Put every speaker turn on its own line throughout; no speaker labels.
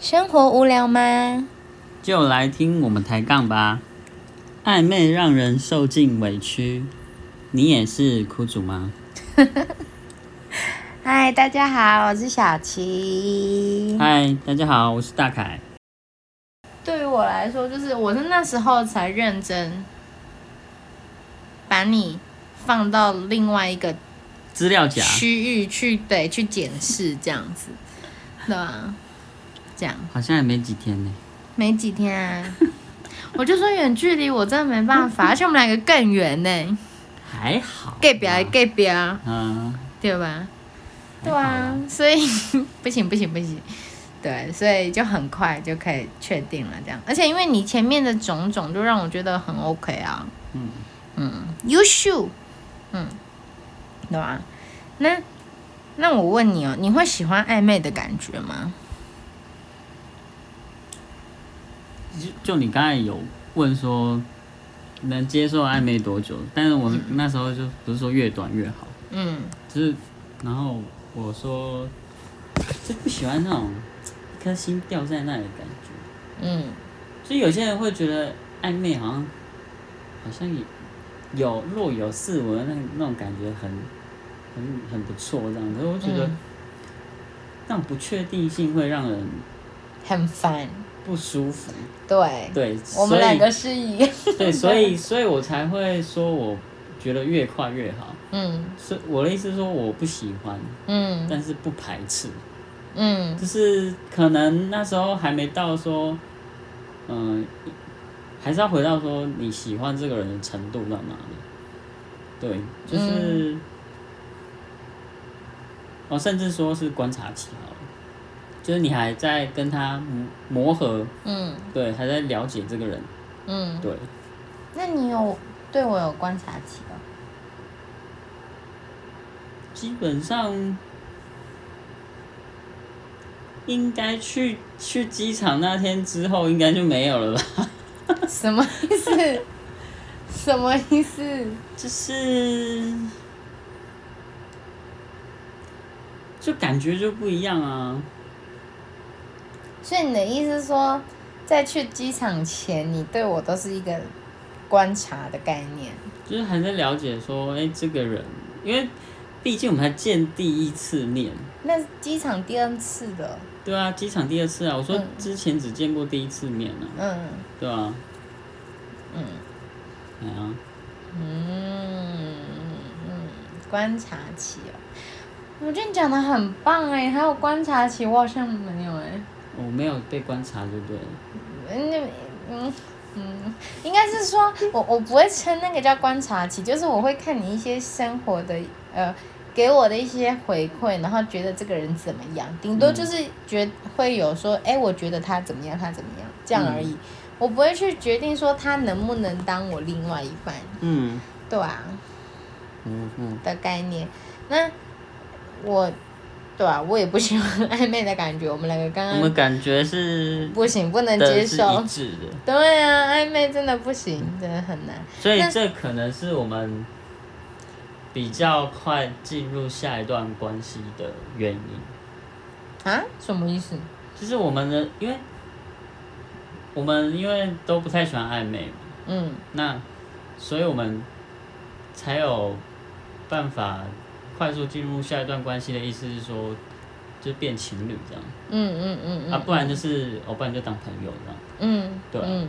生活无聊吗？
就来听我们抬杠吧。暧昧让人受尽委屈，你也是苦主吗？
嗨，大家好，我是小琪。
嗨，大家好，我是大凯。
对于我来说，就是我是那时候才认真把你放到另外一个
资料夹，
区域去，对，去检视这样子，对吧？这样
好像也没几天呢。
没几天 啊，我就说远距离我真的没办法，而且我们两个更远呢、
还好。
隔壁啊隔壁啊，
嗯，
对吧？
还
对
好
啊
啦，
所以 不行不行不行，对，所以就很快就可以确定了这样，而且因为你前面的种种就让我觉得很 OK 啊，
嗯
嗯，优秀，嗯，对吧？那那我问你哦，你会喜欢暧昧的感觉吗？
就就你刚才有问说能接受暧昧多久，但是我那时候就不是说越短越好，
嗯，
只是然后我说就不喜欢那种一颗心掉在那里的感觉。
嗯，
所以有些人会觉得暧昧好像好像也有若有似无的那那种感觉很很很不错这样，可是我觉得
嗯
那种不确定性会让人
很烦，
不舒服。
对，
对，
我
所
们
以
两个是一 样，
对，所以所以我才会说我觉得越快越好。
嗯
所以我的意思是说我不喜欢，
嗯
但是不排斥，
嗯
就是可能那时候还没到说，嗯、还是要回到说你喜欢这个人的程度到哪里。对，就是，哦，甚至说是观察期好了，就是你还在跟他磨磨合，
嗯
对，还在了解这个人，
嗯，
对，
那你有对我有观察期吗？
基本上应该去去机场那天之后，应该就没有了吧。
什么意思？什么意思？
就是，就感觉就不一样啊。
所以你的意思是说，在去机场前，你对我都是一个观察的概念。
就是还在了解说，哎、这个人，因为毕竟我们还见第一次面，
那机场第二次的，
对啊，机场第二次啊，我说
嗯
之前只见过第一次面啊，
嗯
对啊，
嗯
哎呀、
嗯嗯，观察期哦。我觉得你讲的很棒哎，还有观察期，我好像没有哎。
我没有被观察，对不对了？
嗯嗯嗯，应该是说我我不会称那个叫观察期，就是我会看你一些生活的呃给我的一些回馈，然后觉得这个人怎么样，顶多就是觉会有说，哎、我觉得他怎么样，他怎么样这样
嗯
而已。我不会去决定说他能不能当我另外一半，
嗯
对啊
嗯嗯，
的概念。那我，对啊，我也不喜欢暧昧的感觉。我们两个刚
我们
刚
感觉是
不行，不能
的
接
是
受
一。致的，
对啊，暧昧真的不行，真的很难。
所以
那
这可能是我们比较快进入下一段关系的原因。
啊？什么意思？
就是我们的，因为我们因为都不太喜欢暧昧嘛，
嗯
那所以我们才有办法快速进入下一段关系的意思是说，就变情侣这样、
嗯嗯嗯嗯
啊，不然就是哦，不然就当朋友这样。
嗯，
对啊
嗯，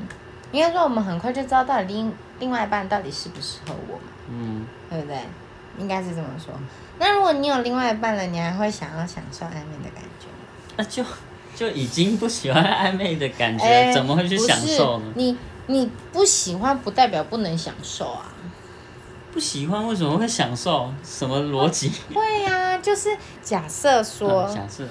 应该说我们很快就知道到底另另外一半到底适不适合我嘛，
嗯，
对不对？应该是这么说。那如果你有另外一半了，你还会想要享受暧昧的感觉吗？
那就就已经不喜欢暧昧的感觉，
哎
怎么会去享受呢
不是？你你不喜欢不代表不能享受啊。
不喜欢为什么会享受？什么逻辑？
会呀、就是假设说，
嗯嗯、假设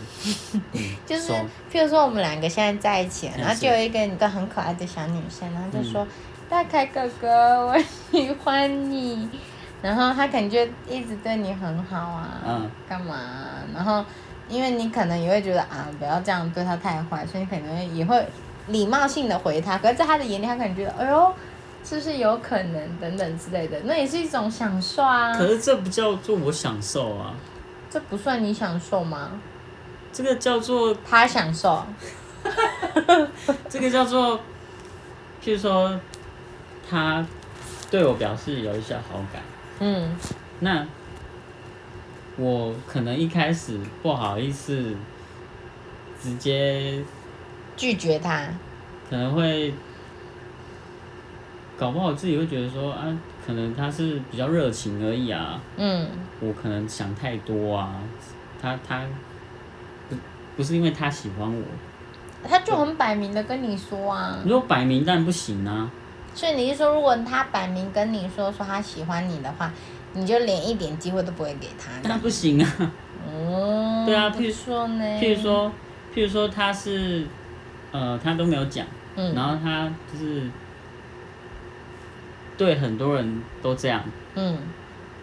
就是
说
譬如说我们两个现在在一起了，
嗯
然后就有一个你都很可爱的小女生，然后就说：“大凯哥哥，我喜欢你。”然后他可能就一直对你很好啊，
嗯
干嘛啊、然后因为你可能也会觉得啊，不要这样对他太坏，所以你可能也会礼貌性的回他。可是，在他的眼里，他可能觉得，哎呦，是不是有可能等等之类的？那也是一种享受啊，
可是这不叫做我享受啊，
这不算你享受吗？
这个叫做
他享受，
这个叫做，譬如说，他对我表示有一些好感，
嗯
那我可能一开始不好意思，直接
拒绝他，
可能会，搞不好自己会觉得说啊，可能他是比较热情而已啊，
嗯
我可能想太多啊，他他不不是因为他喜欢我，
他就很摆明的跟你说啊，
如果摆明但不行啊，
所以你是说，如果他摆明跟你说说他喜欢你的话，你就连一点机会都不会给他
那
的？
不行啊。
嗯，
对啊
不
譬如
说呢，
譬如，说，譬如说他是，呃，他都没有讲，
嗯，
然后他就是对很多人都这样
嗯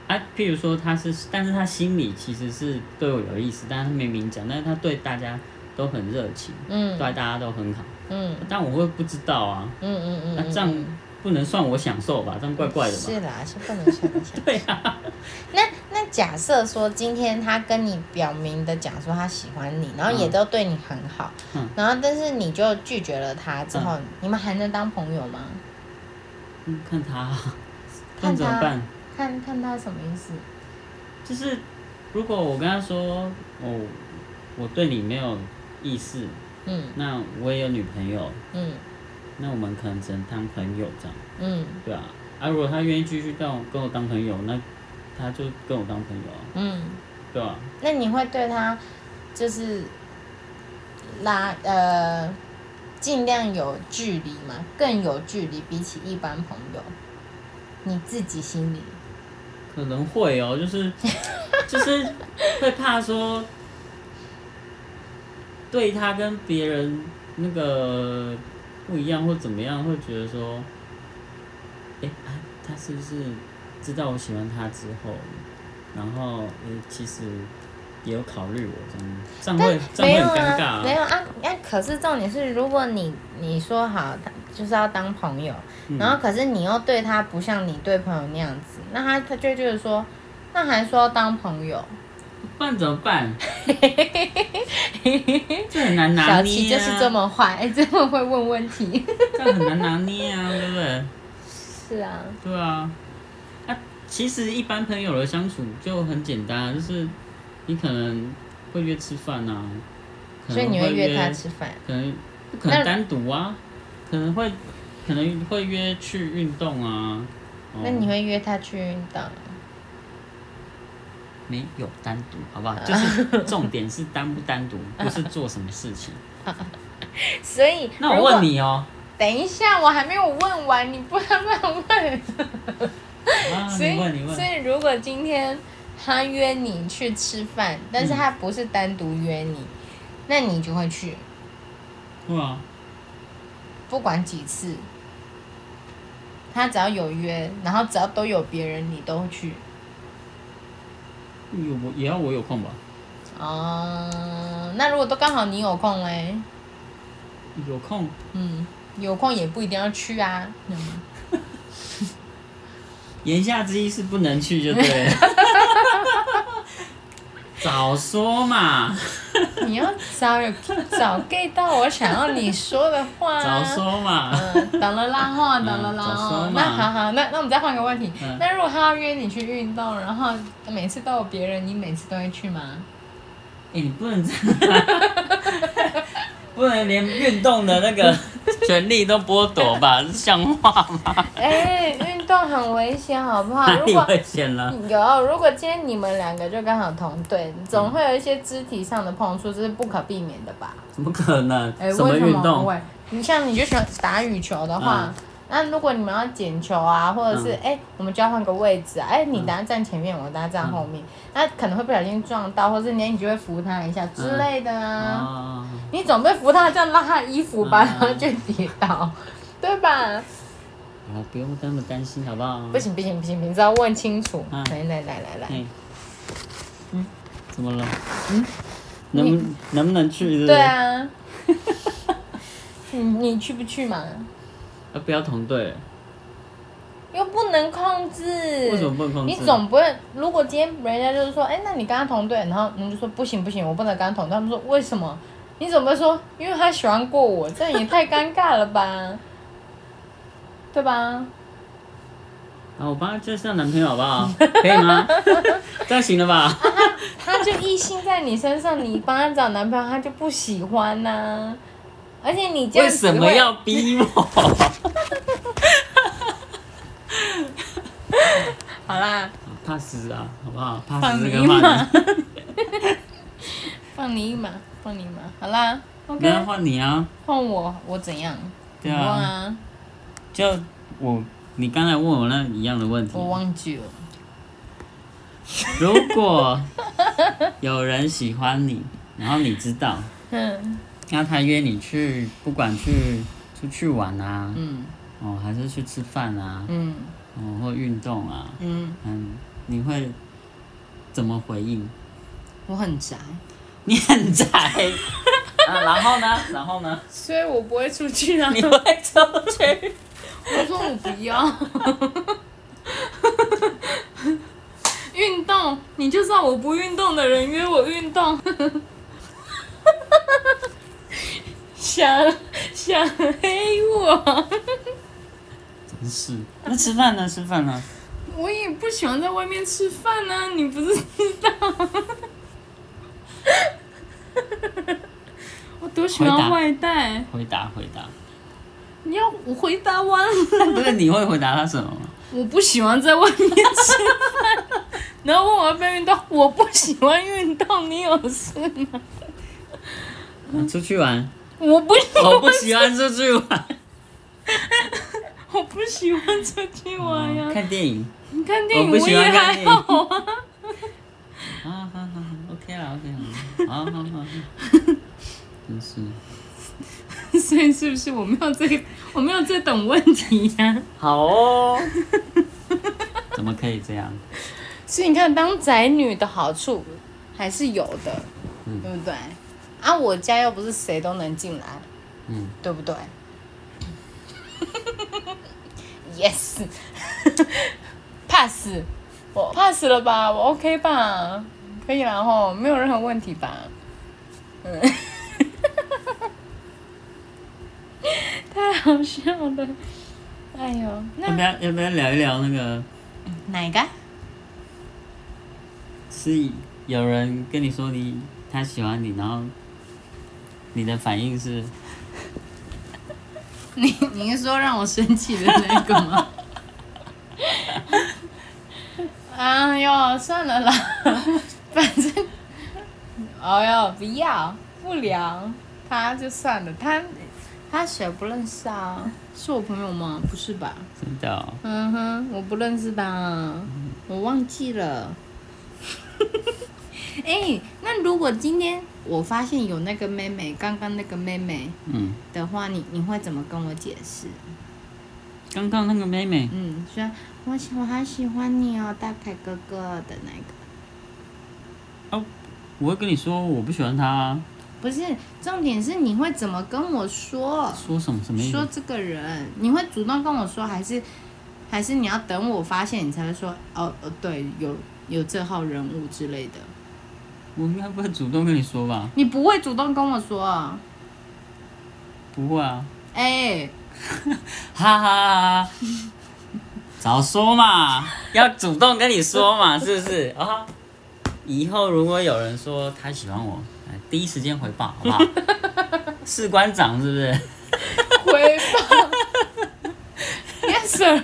啊。譬如说他是，但是他心里其实是对我有意思，但是他没明讲，但是他对大家都很热情，
嗯
对啊大家都很好，
嗯
但我会不知道啊，
嗯嗯嗯，
那这样不能算我享受吧？这样怪怪的吧？
是啦，是不能想象。
对啊，
那那假设说今天他跟你表明的讲说他喜欢你，然后也
嗯
都对你很好，
嗯
然后但是你就拒绝了他之后，你们还能当朋友吗？
嗯看他啊，
看
看怎么
他
办？
看看他什么意思？
就是如果我跟他说，哦，我对你没有意思，
嗯
那我也有女朋友，
嗯
那我们可能只能当朋友这样，
嗯
对啊。啊，如果他愿意继续当我跟我当朋友，那他就跟我当朋友啊，
嗯，
对啊。
那你会对他就是拉呃尽量有距离吗？更有距离，比起一般朋友，你自己心里，
可能会哦，就是 就是会怕说，对他跟别人那个不一样或怎么样，会觉得说，哎、啊他是不是知道我喜欢他之后，然后诶、其实也有考虑我这样，这样会这
没有
样会很尴尬
啊，没有啊。那、可是重点是，如果你你说好他就是要当朋友，
嗯
然后可是你又对他不像你对朋友那样子，那他他就会觉得说，那还说要当朋友，
不然怎么 办？这很难拿
小
捏、
七
啊，
就是这么坏， 哎这么会问问题。
这样很难拿捏啊，对不对？
是啊，
对啊，啊，其实一般朋友的相处就很简单啊，就是你可能会约吃饭啊，可
所以
能
你
会
会约他吃饭。
可能不可
那
能单独啊，可能会可能会约去运动啊。哦
那你会约他去运动？
没有单独，好不
啊
好？就是重点是单不单独， 不是做什么事情。
所以
那我
如果
问，你哦、
等一下，我还没有问完，你不要乱问。
啊，
所以
你问你问
所，以如果今天他约你去吃饭，但是
嗯
他不是单独约你，那你就会去，
对啊，
不管几次。他只要有约，然后只要都有别人，你都会去。
有我也要我有空吧？
哦，那如果都刚好你有空嘞，
有空
嗯，有空也不一定要去啊。嗯
言下之意是不能去就对了。早说嘛，
你要早有早 get 到我想要你说的话、
早。说嘛，
嗯，懂了啦哈，懂了啦
嗯早说
哈。
嘛
那好好，那那我们再换个问题。
嗯
那如果他要约你去运动，然后每次都有别人，你每次都会去吗？
哎、你不能这样，不能连运动的那个权利都剥夺吧？这像话吗？
哎、运动很危险，好不好
太危险了。
有，如果今天你们两个就刚好同队，总会有一些肢体上的碰触，这是不可避免的吧？
怎么可能？
哎、为
什么
什
运
么不
动？
会？你像你就喜欢打羽球的话，那如果你们要捡球啊，或者是哎、我们交换个位置啊，哎、你等下站前面，我等下站后面，那可能会不小心撞到，或是你你就会扶他一下之类的啊。
哦，
你总被扶他这样拉他衣服吧，
嗯
然后就跌倒，对吧？
啊，不用那么担心，好不好？
不行不行不行，你知道问清楚。
嗯
来来来来来，
嘿，嗯，怎么了？嗯，能不能不能去是不是？
对啊，你你去不去嘛？
啊，不要同队，
又不能控制，
为什么不能控制？
你总不会，如果今天人家就是说，哎、那你跟他同队，然后你就说不行不行，我不能跟他同队。他们说为什么？你怎么说？因为他喜欢过我，这样也太尴尬了吧？ 对吧？
啊，我帮他介绍男朋友好 不好？可以吗？这样行了吧？
他就异性在你身上，你帮他找男朋友，他就不喜欢呐、而且你这
为
样子
什么
会
要逼我？
好啦？
怕死啊，好不好？怕
放
死
你
这
一
个
马
话题，，
放你一马，放你一马。好啦
没有
，OK，
换你啊。
换我，我怎样？
对
我忘
啊，
啊，
就我，你刚才问我那一样的问题。
我忘记了。
如果有人喜欢你，然后你知道，
嗯
那他约你去，不管去出去玩啊，
嗯
哦，还是去吃饭啊，
嗯
哦，或运动啊，
嗯，
嗯，你会怎么回应？
我很宅，
你很 宅。啊，然后呢？然后呢？
所以我不会出去啊
你会出去？
我说我不要。运动，你就算我不运动的人约我运动，想想黑我，
真是。那吃饭呢？吃饭呢？
我也不喜欢在外面吃饭呢、你不是知道？我多喜
回答
欢外带，
回答回 答。
你要我回答完？
那不是你会回答他什么吗？
我不喜欢在外面吃饭，然后问我要不要运动，我不喜欢运动，你有事吗？
啊出去 玩，
我不喜，
我不喜欢出去玩。
我不喜欢出去玩呀、
哦看电影。
你看电影
我不
我
喜
也
欢看
还
电影
好啊，
啊，好好好，OK 啦，OK 啦，好好好好。真是。
所以是不是我没有这个，我没有这等问题呀、
好哦。 怎么可以这样？
所以你看，当宅女的好处还是有的，
嗯
对不对？啊，我家又不是谁都能进来，
嗯，
对不对 ？Yes，pass，我 pass 了吧？我 OK 吧？可以啦吼，没有任何问题吧？ 嗯，太好笑了，哎呦，
要不
那
要要不要聊一聊那个？
哪一个？
是有人跟你说你他喜欢你，然后你的反应是
你你是说让我生气的那个吗？ 哎呦，算了啦，反正，哎呦，不要不聊他就算了，他他谁不认识啊？是我朋友吗？不是吧？
真的、哦，
嗯哼，我不认识吧？我忘记了。 哎、那如果今天我发现有那个妹妹，刚刚那个妹妹
嗯，
的话，你你会怎么跟我解释？
刚刚那个妹妹，
嗯，说我喜我好喜欢你哦，大凯哥哥的那个，
我会跟你说我不喜欢她、啊，
不是重点是你会怎么跟我说？
说什么什么意
说
思？
这个人，你会主动跟我说，还是还是你要等我发现你才会说？哦哦，对，有有这号人物之类的，
我应该不会主动跟你说吧？
你不会主动跟我说啊？
不会啊，
哎、
哈哈哈哈，早说嘛，要主动跟你说嘛，是不是啊？以后如果有人说他喜欢我，哎第一时间回报好 不好？士官长是不是？
回报。Yes sir，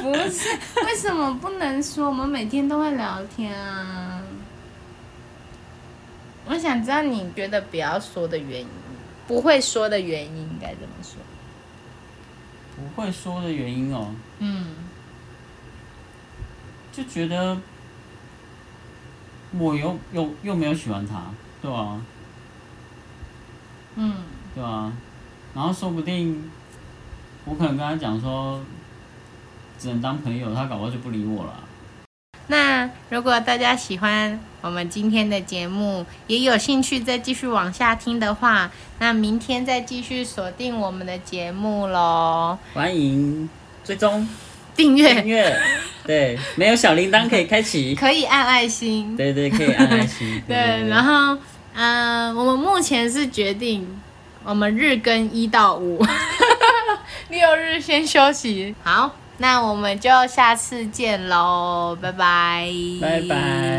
不是为什么不能说？我们每天都会聊天啊。我想知道你觉得不要说的原因，不会说的原因应该怎么说？
不会说的原因哦。
嗯
就觉得我又又又没有喜欢他，对啊，
嗯
对啊，然后说不定我可能跟他讲说，只能当朋友，他搞不好就不理我了。
那如果大家喜欢我们今天的节目，也有兴趣再继续往下听的话，那明天再继续锁定我们的节目喽。
欢迎追踪
订
订
阅
阅，对，没有小铃铛可以开启，
可以按爱心。
对对，可以按爱心。
对，然后嗯，我们目前是决定，我们日更一到五， 六日先休息。好，那我们就下次见喽，拜拜，
拜拜。